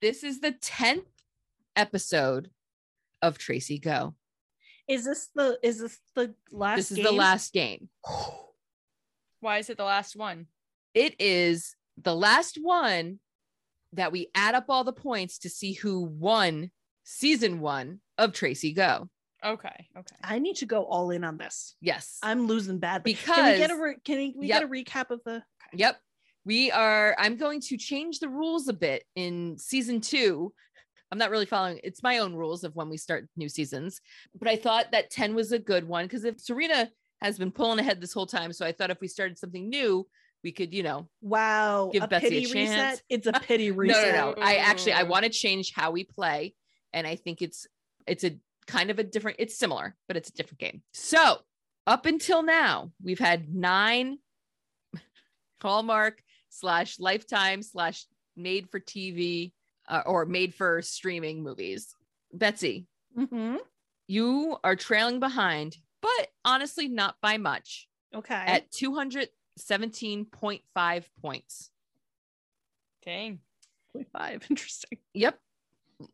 This is the 10th episode of Tracy Go. Is this the is this the last This is the game? last game. Why is it the last one? It is the last one that we add up all the points to see who won season one of Tracy Go. Okay. Okay. Ah. I need to go all in on this. Yes. I'm losing badly. can we because get a re- can we, we Yep. get a recap of the Yep. We are, I'm going to change the rules a bit in season two. I'm not really following, it's my own rules of when we start new seasons. But I thought that 10 was a good one because if Serena has been pulling ahead this whole time, so I thought if we started something new, we could, you know, wow Give a Betsy a pity chance. reset? It's a pity no, reset. no, no. I actually, I Ooh. want to change how we play. And I think it's, it's a kind of a different, it's similar, but it's a different game. So up until now, we've had nine Hallmark slash Lifetime slash made for TV uh, or made for streaming movies. Betsy, Mhm. you are trailing behind, but honestly, not by much Okay. at 217.5 points. Dang. Point five. Interesting. Yep.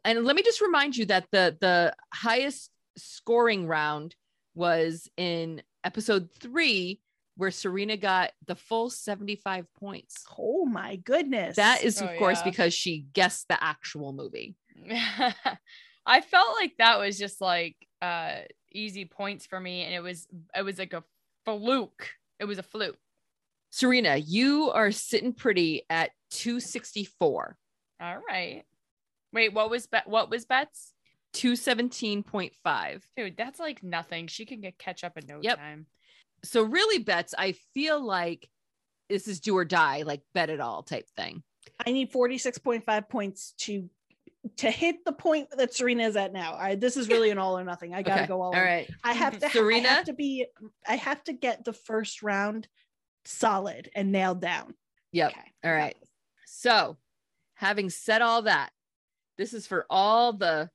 And let me just remind you that the the highest scoring round was in episode 3 where Serena got the full 75 points. Oh my goodness. That is of Oh, course yeah. because she guessed the actual movie. I felt like that was just like uh easy points for me and it was it was like a fluke. It was a fluke. Serena, you are sitting pretty at 264, All right. Wait, what was bet what was Bet's? 217.5. Dude, that's like nothing. She can get catch up in no Yep. time. So really bets, I feel like this is do or die, like bet it all type thing. I need 46.5 points to to hit the point that Serena is at now. I this is really an all or nothing. I gotta Okay. go all, All in. right. I have to Serena? I have to be I have to get the first round solid and nailed down. Yep. Okay. All right. So, having said all that, this is for all the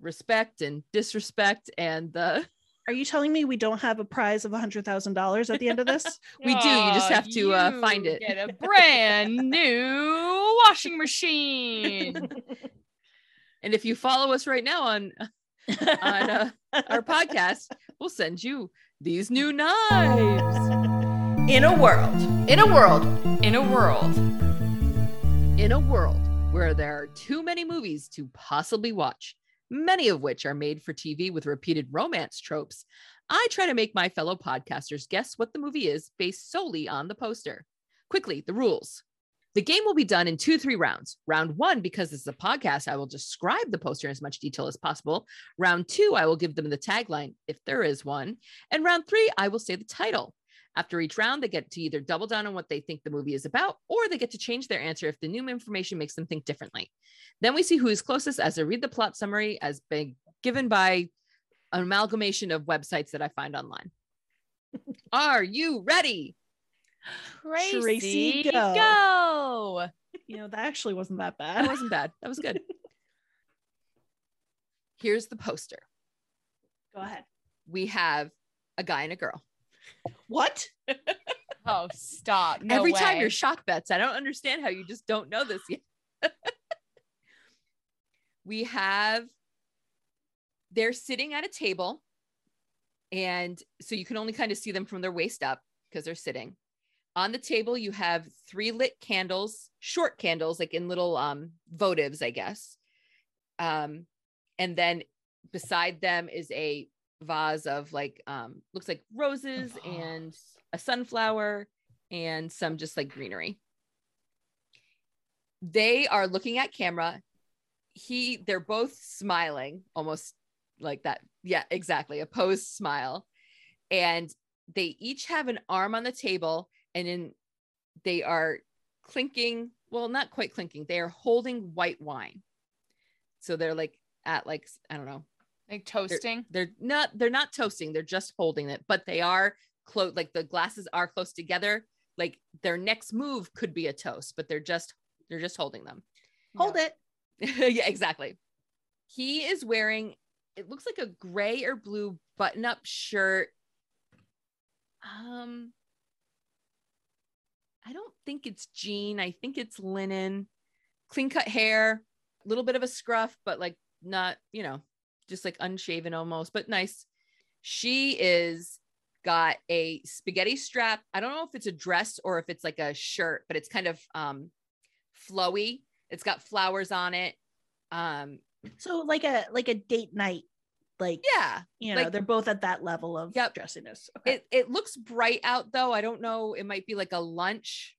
respect and disrespect and the Are you telling me we don't have a prize of hundred thousand dollars at the end of this? We do, you just Aw, have to, uh, you find it. Get a brand new washing machine. and if you follow us right now on on uh, our podcast, we'll send you these new knives. In a world. In a world. In a world. In a world where there are too many movies to possibly watch, many of which are made for TV with repeated romance tropes, I try to make my fellow podcasters guess what the movie is based solely on the poster. Quickly, the rules. The game will be done in two, three rounds. Round one, because this is a podcast, I will describe the poster in as much detail as possible. Round two, I will give them the tagline, if there is one. And round three, I will say the title. After each round, they get to either double down on what they think the movie is about, or they get to change their answer if the new information makes them think differently. Then we see who is closest as I read the plot summary as being given by an amalgamation of websites that I find online. Are you ready? Tracy, Tracy, go. go. you know, that actually wasn't that That bad. wasn't bad. That was good. Here's the poster. Go ahead. We have a guy and a girl. What? Oh, stop. No Every time way. you're shock bets, I don't understand how you just don't know this yet. we have they're sitting at a table and so you can only kind of see them from their waist up because they're sitting. On the table you have three lit candles, short candles like in little um votives, I guess. Um and then beside them is a vase of like um looks like roses and a sunflower and some just like greenery. They are looking at camera. He, they're both smiling almost like that. Yeah, exactly. A posed smile. And they each have an arm on the table and in they are clinking. Well, not quite clinking. They are holding white wine. So they're like at like, I don't know, like toasting. they're not they're not toasting they're just holding it but they are close like the glasses are close together like their next move could be a toast but they're just they're just holding them Hold it. yeah exactly he is wearing it looks like a gray or blue button up shirt um i don't think it's jean i think it's linen clean cut hair little bit of a scruff, but like not, you know, just like unshaven almost, but nice. She is got a spaghetti strap. I don't know if it's a dress or if it's like a shirt, but it's kind of um flowy. It's got flowers on it. Um So like a like a date night, like yeah, you know, like- they're both at that level of Yep. dressiness. Okay. it it looks bright out though. I don't know, it might be like a lunch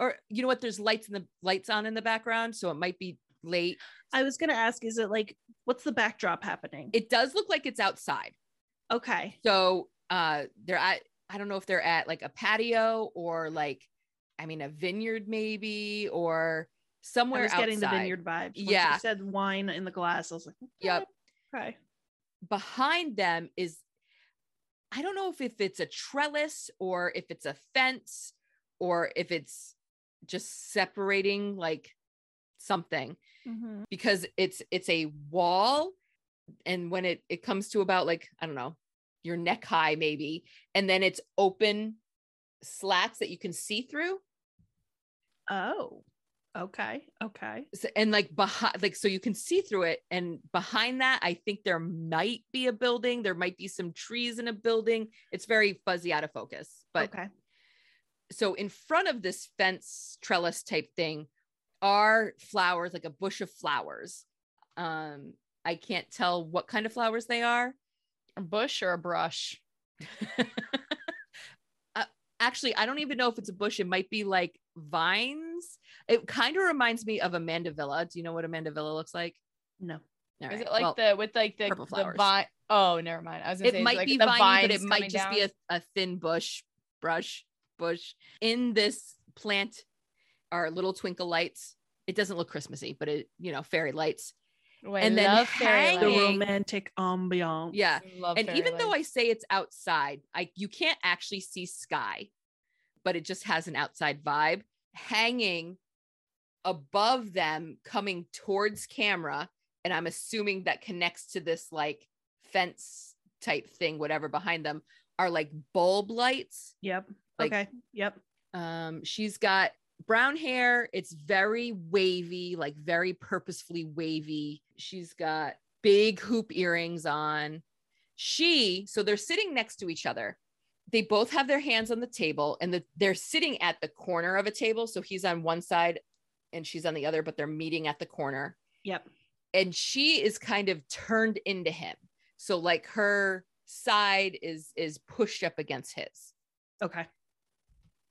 or you know what there's lights in the lights on in the background, so it might be late. I was gonna ask, is it like what's the backdrop happening? It does look like it's outside. okay. So uh they're at I don't know if they're at like a patio or like I mean a vineyard maybe or I somewhere was getting the outside. vineyard vibes. Once Yeah. You said wine in the glass. I was like, Yep. Okay. Behind them is I don't know if, if it's a trellis or if it's a fence or if it's just separating like something Mhm. because it's it's a wall and when it it comes to about like i don't know your neck high maybe and then it's open slats that you can see through Oh. Okay. Okay. So- and like behind like so you can see through it and behind that i think there might be a building there might be some trees in a building it's very fuzzy out of focus but okay. so in front of this fence trellis type thing are flowers like a bush of flowers um i can't tell what kind of flowers they are A bush or a brush? Uh, actually i don't even know if it's a bush it might be like vines it kind of reminds me of a mandevilla do you know what a mandevilla looks like No. All Is right, it like well, the with like the purple the flowers. vine? Oh, never mind. I was gonna say it it's might like be the viney but it vines might coming just be down. a, a thin bush brush bush in this plant are little twinkle lights it doesn't look christmassy but it you know fairy lights Oh, I and then love fairy The hanging- lights. romantic ambiance. yeah I love and fairy even though i lights. say it's outside i you can't actually see sky but it just has an outside vibe hanging above them coming towards camera and i'm assuming that connects to this like fence type thing whatever behind them are like bulb lights Yep. Like- okay. Yep. um she's got brown hair it's very wavy like very purposefully wavy she's got big hoop earrings on she so they're sitting next to each other they both have their hands on the table and the, they're sitting at the corner of a table so he's on one side and she's on the other but they're meeting at the corner Yep. and she is kind of turned into him so like her side is is pushed up against his Okay.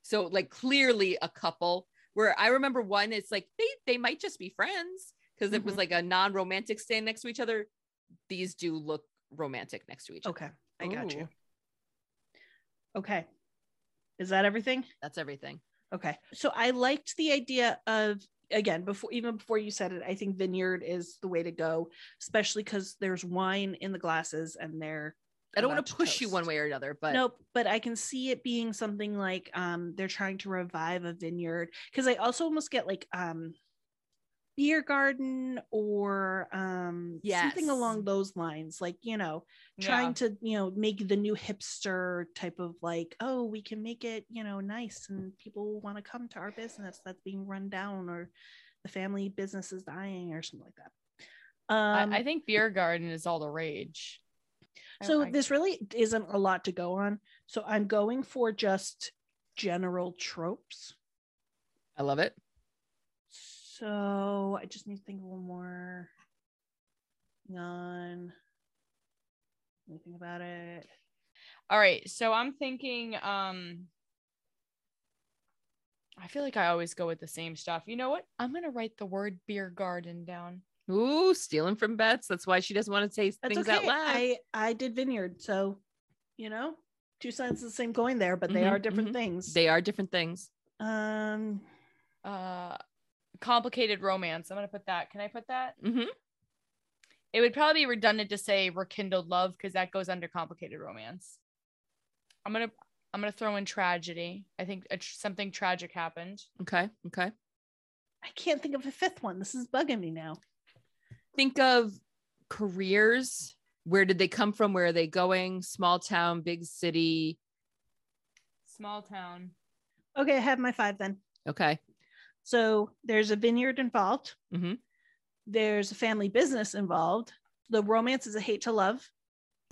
so like clearly a couple where I remember one, it's like they they might just be friends because it was Mhm. like a non-romantic stand next to each other. These do look romantic next to each other. Okay. I got you. Ooh. Okay. Is that everything? That's everything. Okay. So I liked the idea of again before even before you said it, I think vineyard is the way to go, especially because there's wine in the glasses and they're I don't About want to to push you toast. one way or another, but nope. But I can see it being something like um they're trying to revive a vineyard because I also almost get like um beer garden or um Yes. something along those lines, like you know Yeah. trying to you know make the new hipster type of like oh we can make it you know nice and people want to come to our business that's being run down or the family business is dying or something like that I- um I, think beer garden is all the rage. I so like- this really isn't a lot to go on so i'm going for just general tropes I love it. so i just need to think of one more Hang on Let me think about it All right, so I'm thinking. um I feel like I always go with the same stuff. You know what? I'm gonna write the word beer garden down. Ooh, stealing from Bets. That's why she doesn't want to say That's things okay. out loud. I I did vineyard, so you know, two sides of the same coin there, but they Mhm, are different mhm. things. they are different things. um, Uh, complicated romance. I'm gonna put that. Can I put that? hmm It would probably be redundant to say rekindled love because that goes under complicated romance. I'm gonna I'm gonna throw in tragedy. I think a tr- something tragic happened. Okay. Okay. I can't think of a fifth one. This is bugging me now. Think of careers. Where did they come from? Where are they going? Small town, big city. Small town. Okay, I have my five then. Okay. So there's a vineyard involved. Mhm. there's a family business involved. The romance is a hate to love.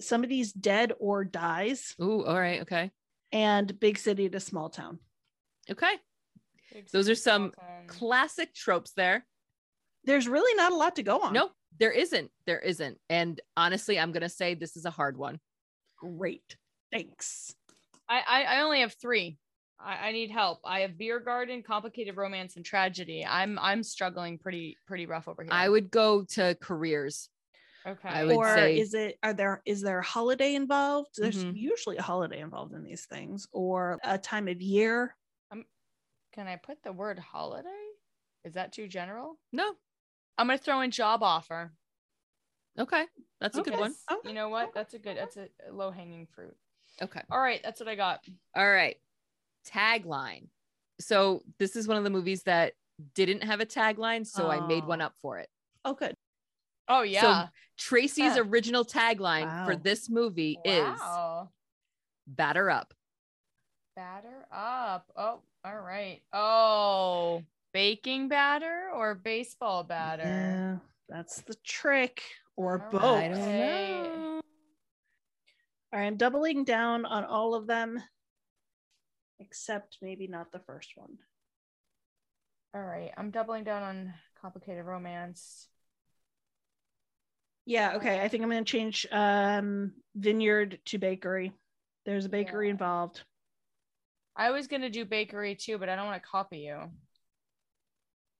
Somebody's dead or dies, Ooh, all right, okay, and big city to small town. okay. Those are some Mm. Classic tropes there. There's really not a lot to go on. No, there isn't. There isn't. And honestly, I'm gonna say this is a hard one. Great. Thanks. I, I I only have three. I, I need help. I have beer garden, complicated romance, and tragedy. I'm I'm struggling pretty pretty rough over here. I would go to careers. okay. I would or say- is it are there is there a holiday involved? There's Mhm. usually a holiday involved in these things or a time of year. Can I put the word holiday? Is that too general? No, I'm gonna throw in job offer. okay, that's a good Because one. Okay, You know what? okay, That's a good. That's a low hanging fruit. Okay. All right, that's what I got. All right. Tagline. So this is one of the movies that didn't have a tagline, so I made one Oh. up for it. Oh good. Oh yeah. Tracy's Huh. original tagline for Wow. this movie is Wow. batter up. Batter up. Oh, all right. Oh, baking batter or baseball batter? Yeah, that's the trick. Or All both. right. I don't All know. right, I'm doubling down on all of them, except maybe not the first one. All right. I'm doubling down on complicated romance. Yeah, okay. I think I'm gonna change um vineyard to bakery. There's a bakery Yeah. involved. I was gonna do bakery too, but I don't want to copy you.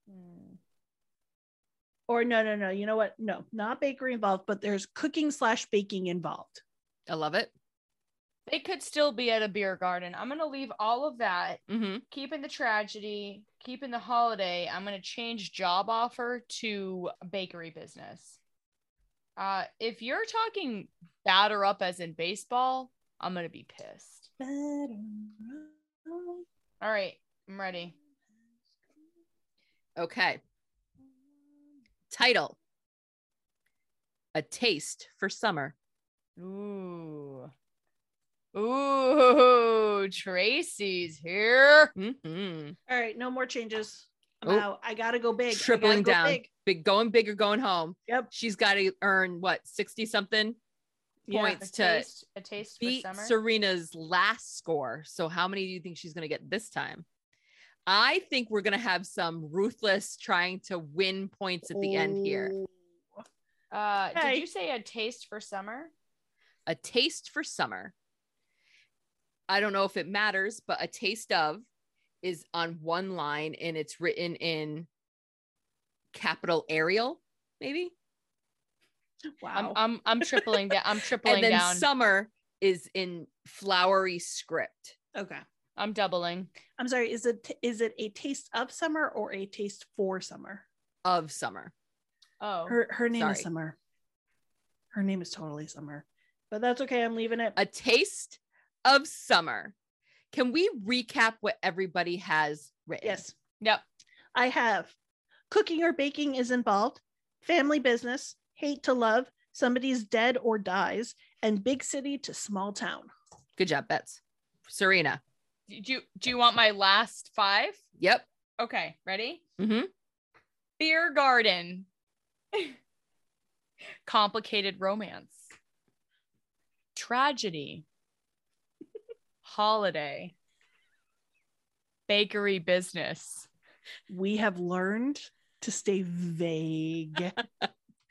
Hmm. Or no, no, no. You know what? No, not bakery involved, but there's cooking slash baking involved. I love it. They could still be at a beer garden. I'm gonna leave all of that hmm keeping the tragedy, keeping the holiday, I'm going to change job offer to bakery business. Uh, if you're talking batter up as in baseball, I'm going to be pissed. All right, I'm ready. Okay. Title A Taste for Summer. Ooh. Ooh, Tracy's here. Mhm. All right, no more changes. I'm Oh. out. I gotta go big. I gotta Tripling go down. big. Big going big or going home. Yep. She's got to earn what, 60 something? Yeah. Points. A It's to taste, a taste for beat summer. Serena's last score. So how many do you think she's going to get this time? I think we're going to have some ruthless trying to win points at the end here. Oh. uh, Okay. Did you say a taste for summer? A taste for summer. I don't know if it matters, but a taste of is on one line and it's written in capital Arial, maybe. Um, Wow. I'm, I'm I'm tripling down. I'm tripling And then down. summer is in flowery script. okay. I'm doubling. I'm sorry. Is it is it a taste of summer or a taste for summer? Of summer. Oh, Her her name Sorry. is Summer. Her name is totally Summer. But that's okay. I'm leaving it. a taste of summer. Can we recap what everybody has written? yes. Yep. I have cooking or baking is involved, family business, hate to love, somebody's dead or dies, and big city to small town. Good job, Bets. Serena. Do you do you want my last five? Yep. Okay, ready? hmm Beer garden. Complicated romance. Tragedy. Holiday. Bakery business. We have learned to stay vague.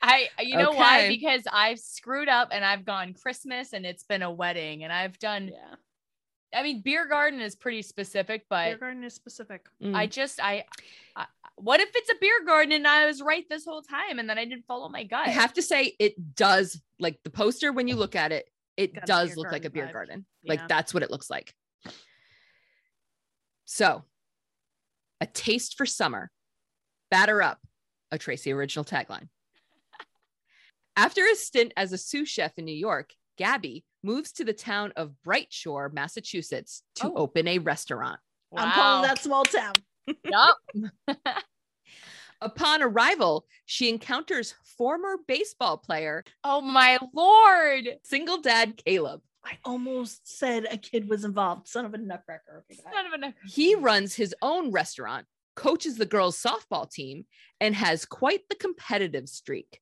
I you know why? Okay. Because I've screwed up and I've gone Christmas and it's been a wedding and I've done yeah. I mean beer garden is pretty specific, Beer but garden is specific. I Hmm. just I, I what if it's a beer garden and I was right this whole time and then I didn't follow my gut? I have to say, it does like the poster when you look at it, it Got a does beer look like a garden beer vibe. garden. Yeah. Like that's what it looks like. So, a taste for summer. Batter up, a Tracy original tagline. After a stint as a sous chef in New York, Gabby moves to the town of Bright Shore, Massachusetts to Oh. open a restaurant. I'm calling that small town. Yup. Upon arrival, she encounters former baseball player, Oh my lord. single dad Caleb. I almost said a kid was involved. Son of a nutcracker. Okay, Son of a nut- He runs his own restaurant coaches the girls' softball team, and has quite the competitive streak.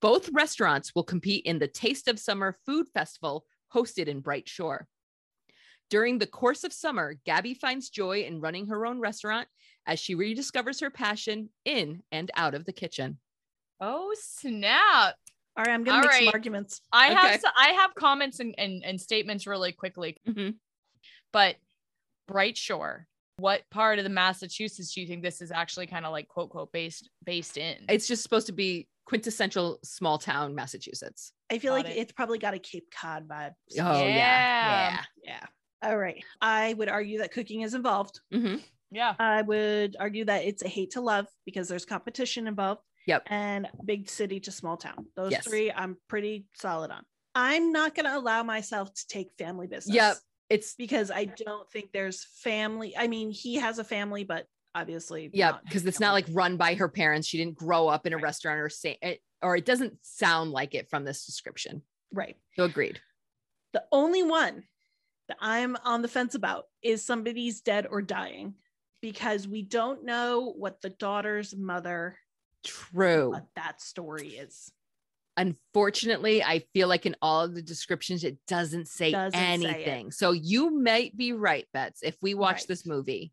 Both restaurants will compete in the Taste of Summer Food Festival hosted in Bright Shore. During the course of summer, Gabby finds joy in running her own restaurant as she rediscovers her passion in and out of the kitchen. Oh snap! All right, I'm gonna All make right. some arguments. I Okay. have so- I have comments and, and and statements really quickly, but Bright Shore. What part of the Massachusetts do you think this is actually kind of like quote quote based based in? It's just supposed to be quintessential small town Massachusetts. I feel Got like it. it's probably got a Cape Cod vibe. Oh, yeah. Yeah. Yeah. All right. I would argue that cooking is involved. Yeah. Mhm. yeah. I would argue that it's a hate to love because there's competition involved. Yep. And big city to small town. Those Yes. three I'm pretty solid on. I'm not going to allow myself to take family business. Yep. It's, Because I don't think there's family. I mean, he has a family, but obviously. yeah, not because it's family. not like run by her parents. She didn't grow up in a restaurant or say it, or it doesn't sound like it from this description. Right. So agreed. The only one that I'm on the fence about is somebody's dead or dying because we don't know what the daughter's mother True. of that story is. Unfortunately, I feel like in all of the descriptions, it doesn't say Doesn't say it. anything. so you might be right, Bets, if we watch Right. this movie.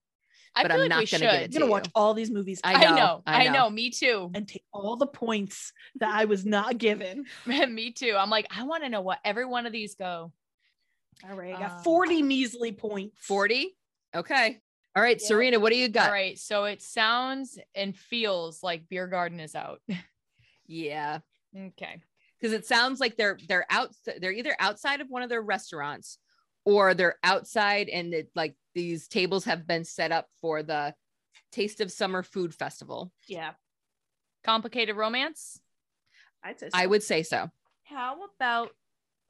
I But feel I'm like not we gonna should. get I'm it. going to do. watch all these movies I I know. I know, know. I know. Me too. and take all the points that I was not given. me too. I'm like, I want to know what every one of these go. All right, I got Uh, 40 measly points. 40? Okay. All right, Yep. Serena, what do you got? All right. So it sounds and feels like Beer Garden is out. Yeah. okay. because it sounds like they're they're out they're either outside of one of their restaurants or they're outside and it like these tables have been set up for the taste of summer food festival Yeah, Complicated romance. I'd say so. i would say so How about?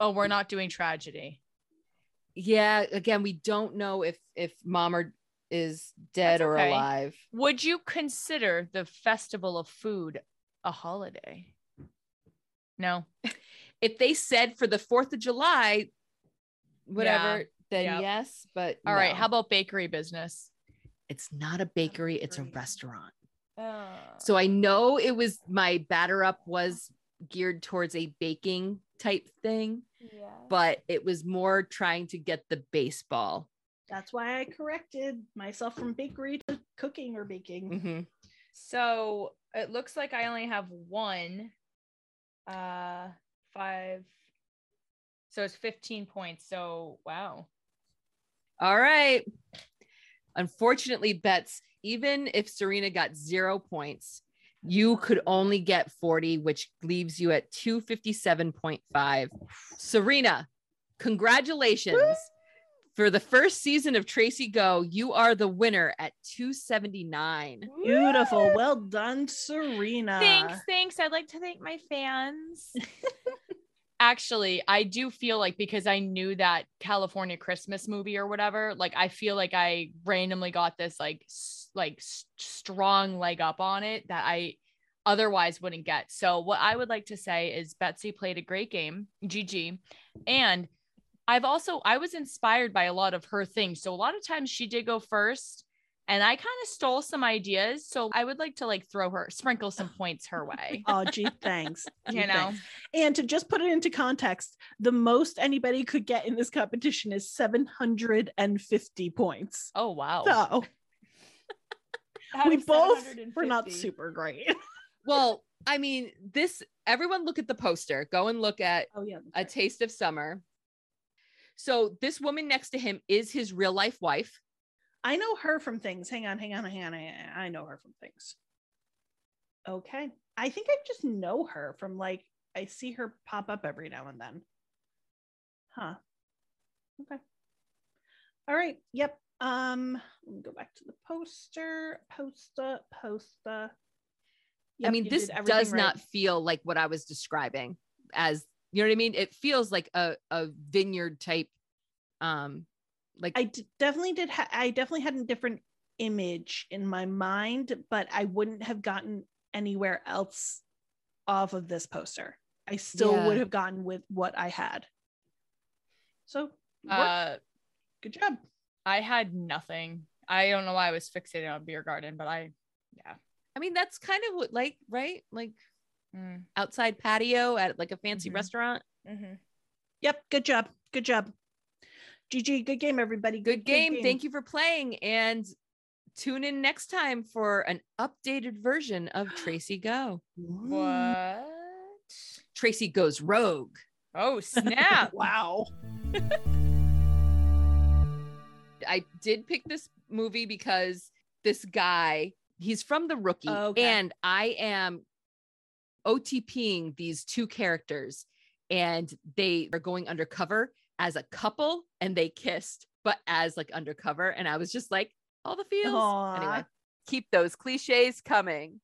Oh, we're not doing tragedy. yeah again we don't know if if mom or is dead That's or okay. alive Would you consider the Festival of Food a holiday? No. if they said for the fourth of july whatever then Yep. yes but All right. no. How about bakery business? it's not a bakery it's a Bakery. restaurant Oh, Uh, So I know it was my batter up was geared towards a baking type thing, yeah. but it was more trying to get the baseball. That's why I corrected myself from bakery to cooking or baking. So it looks like I only have one. Uh five. So it's 15 points. So wow. All right. Unfortunately, Bets, even if Serena got zero points, you could only get 40, which leaves you at 257.5. Serena, congratulations. For the first season of Tracy Go, you are the winner at 279. Mm-hmm. Beautiful. Well done, Serena. Thanks, thanks. I'd like to thank my fans. Actually, I do feel like because I knew that California Christmas movie or whatever, like I feel like I randomly got this like s- like s- strong leg up on it that I otherwise wouldn't get. So what I would like to say is Betsy played a great game, GG, and I've also I was inspired by a lot of her things. So a lot of times she did go first and I kind of stole some ideas. So I would like to like throw her sprinkle some points her way. Oh, gee, thanks. Gee, you know. thanks. And to just put it into context, the most anybody could get in this competition is 750 points. Oh wow. So Out we of both were not 750. super great. Well, I mean, this everyone look at the poster. Go and look at Oh, yeah. A Taste of Summer. So this woman next to him is his real life wife. I know her from things. Hang on, hang on, hang on. hang on. I know her from things. Okay. I think I just know her from like, I see her pop up every now and then. Huh. Okay. All right. Yep. Um, let me go back to the poster, poster, I poster. Yep, mean, you this did everything does not right. feel like what I was describing as you know what I mean? It feels like a, a vineyard type um like I d- definitely did. Ha- I definitely had a different image in my mind, but I wouldn't have gotten anywhere else off of this poster. I still Yeah. would have gotten with what I had. So, work. Uh, good job. I had nothing. I don't know why I was fixated on beer garden, but I I mean, that's kind of what like, right? Like mm, outside patio at like a fancy Mm-hmm. Mhm. restaurant. mhm. Yep. Good job. Good job. GG. Good game, everybody. Good game. Thank you for playing and tune in next time for an updated version of Tracy Go. what? Tracy goes rogue. Oh snap! Wow. I did pick this movie because this guy, he's from The Rookie, Oh, Okay. and I am OTPing these two characters, and they are going undercover as a couple, and they kissed, but as like undercover, and I was just like, all the feels. Aw. Anyway, keep those cliches coming.